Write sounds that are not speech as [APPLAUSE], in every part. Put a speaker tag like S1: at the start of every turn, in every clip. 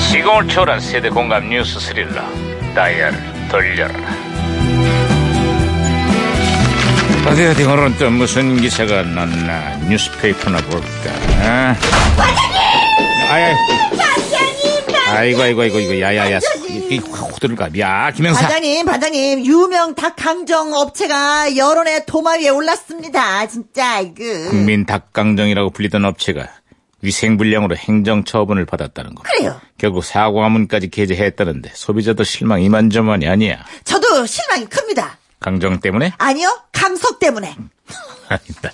S1: 시공을 초월한 세대 공감 뉴스 스릴러 다이아를 돌려라 어디 어디 오늘은 또 무슨 기사가 났나 뉴스페이퍼나 볼까 반장님! 아이, 아이고 아이고 아이고 이거 야야야 이확 들어가 야 김영사
S2: 반장님, 반장님, 유명 닭 강정 업체가 여론의 도마 위에 올랐습니다. 진짜, 이거.
S1: 국민 닭강정이라고 불리던 업체가 위생불량으로 행정처분을 받았다는 거
S2: 그래요.
S1: 결국 사고 화문까지 게재했다는데 소비자도 실망 이만저만이 아니야
S2: 저도 실망이 큽니다.
S1: 강정 때문에
S2: 아니요, 강석 때문에.
S1: 아니다.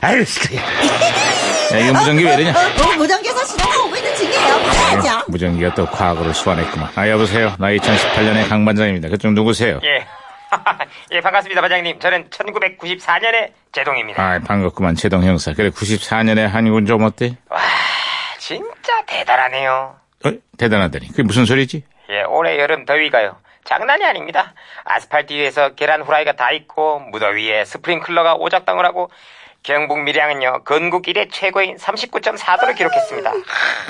S1: 아유, 시끄러. 야, 이거 무전기 왜 이러냐? 뭐,
S2: 어, 어, 어, 무전기에서 신호가 오고 있는 중이에요. 받아야죠.
S1: 무전기가 또 과거를 소환했구만. 아, 여보세요. 나 2018년의 강반장입니다. 그쪽 누구세요?
S3: 예. [LAUGHS] 예, 반갑습니다, 반장님. 저는 1994년에 제동입니다.
S1: 아, 반갑구만. 제동 형사. 그래, 94년에 한국은 좀 어때?
S3: 진짜 대단하네요.
S1: 어? 대단하다니. 그게 무슨 소리지?
S3: 예, 올해 여름 더위가요. 장난이 아닙니다. 아스팔트 위에서 계란 후라이가 다 있고, 무더위에 스프링클러가 오작당을 하고, 경북 밀양은요, 건국 이래 최고인 39.4도를 기록했습니다.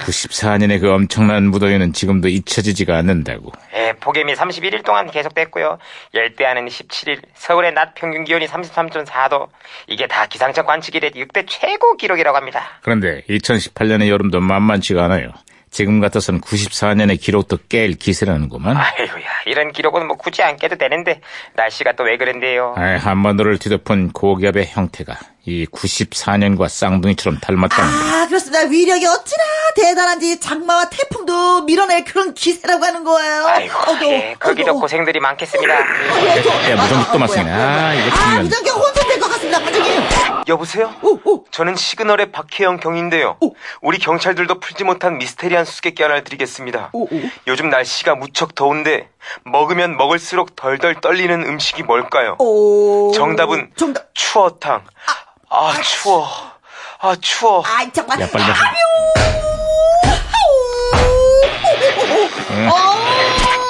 S1: 94년의 그 엄청난 무더위는 지금도 잊혀지지가 않는다고.
S3: 예, 폭염이 31일 동안 계속됐고요. 열대야는 17일, 서울의 낮 평균 기온이 33.4도. 이게 다 기상청 관측 이래 6대 최고 기록이라고 합니다.
S1: 그런데 2018년의 여름도 만만치가 않아요. 지금 같아서는 94년의 기록도 깰 기세라는구만.
S3: 아이고야 이런 기록은 뭐 굳이 안 깨도 되는데 날씨가 또 왜 그런데요
S1: 아이, 한반도를 뒤덮은 고기압의 형태가 이 94년과 쌍둥이처럼 닮았다는 거.
S2: 아, 그렇습니다. 위력이 어찌나 대단한지 장마와 태풍도 밀어낼 그런 기세라고 하는 거예요.
S3: 아이고
S2: 어두워,
S3: 예 거기도
S2: 어두워.
S3: 고생들이 많겠습니다
S1: 야, 무전기 또 맞습니다. 아, 이거
S2: 아,
S1: 중요한.
S2: 무전기 혼선될 것 같습니다, 반장님.
S3: [GASPS] 여보세요?
S2: 오, 오.
S3: 저는 시그널의 박혜영 경인데요 우리 경찰들도 풀지 못한 미스테리한 수수께끼 하나를 드리겠습니다 요즘 날씨가 무척 더운데 먹으면 먹을수록 덜덜 떨리는 음식이 뭘까요?
S2: 오.
S3: 정답은
S2: 어, 정답.
S3: 추어탕 아, 추워 아 추워
S2: 아이, 정말.
S1: 야, 빨리 가.
S2: 아뇨! 어,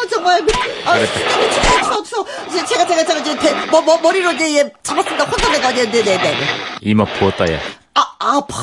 S2: 정말. 아, 추워, 추워, 추워. 이제 제가, 제가, 제가, 이제 대, 뭐, 뭐, 머리로 이제 예, 잡았습니다. 혼자된 거, 네, 네, 네, 네.
S1: 이모 부었다야.
S2: 아, 아파.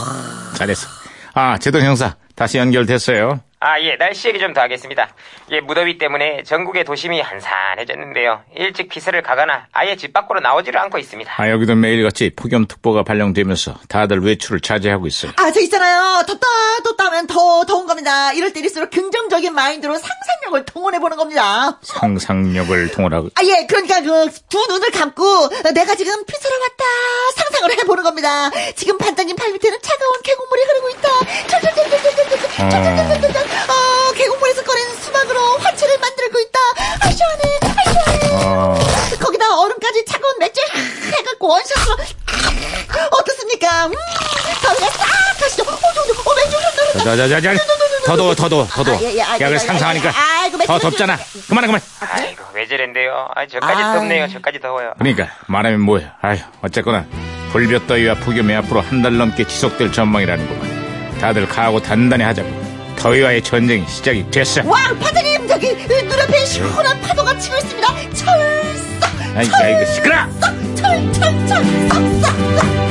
S1: 잘했어. 아, 제동 형사. 다시 연결됐어요.
S3: 아, 예, 날씨 얘기 좀 더 하겠습니다. 예, 무더위 때문에 전국의 도심이 한산해졌는데요. 일찍 기세를 가거나 아예 집 밖으로 나오지를 않고 있습니다.
S1: 아, 여기도 매일같이 폭염특보가 발령되면서 다들 외출을 자제하고 있어요.
S2: 아, 저 있잖아요. 덥다, 덥다 하면 더 더운 겁니다. 이럴 때일수록 긍정적인 마인드로 상상력을 동원해보는 겁니다.
S1: 상상력을 동원하고.
S2: 아, 예, 그러니까 그 두 눈을 감고 내가 지금 피서를 왔다 상상을 해보는 겁니다. 지금 반장님 발 밑에는 차가운 계곡물이 흐르고 있다. 철철철철철철철철철철철
S1: 음.
S2: 어, 계곡물에서 꺼낸 수박으로 화채를 만들고 있다. 아, 시원해, 아, 시원해.
S1: 어,
S2: 거기다 얼음까지 차가운 맥주 해갖고 원샷으로 어떻습니까? 음, 저희가 싹 가시죠. 어, 저기, 어, 맥주
S1: 자,
S2: 흔들었다.
S1: 자, 자, 자, 자. 더 더워, 더 더워, 더 더워.
S2: 아, 예, 예, 아,
S1: 야,
S2: 예,
S1: 그래,
S2: 예,
S1: 상상하니까.
S2: 아이고,
S1: 더
S2: 맥주
S1: 덥잖아. 그만해, 그만해.
S3: 아이고, 왜 저런데요? 아, 저까지
S2: 아이.
S3: 덥네요. 저까지 더워요.
S1: 그러니까, 말하면 뭐야. 아휴, 어쨌거나. 불볕더위와 폭염이 앞으로 한 달 넘게 지속될 전망이라는구만. 다들 가하고 단단히 하자고. 더위와의 전쟁이 시작이 됐어. 예.
S2: 와, 파장님 저기 그 눈앞에 시원한 파도가 치고 있습니다. 철썩,
S1: 아이고, 아이고, 그 시끄러!
S2: 철썩, 철철, 철썩, 썩, 썩.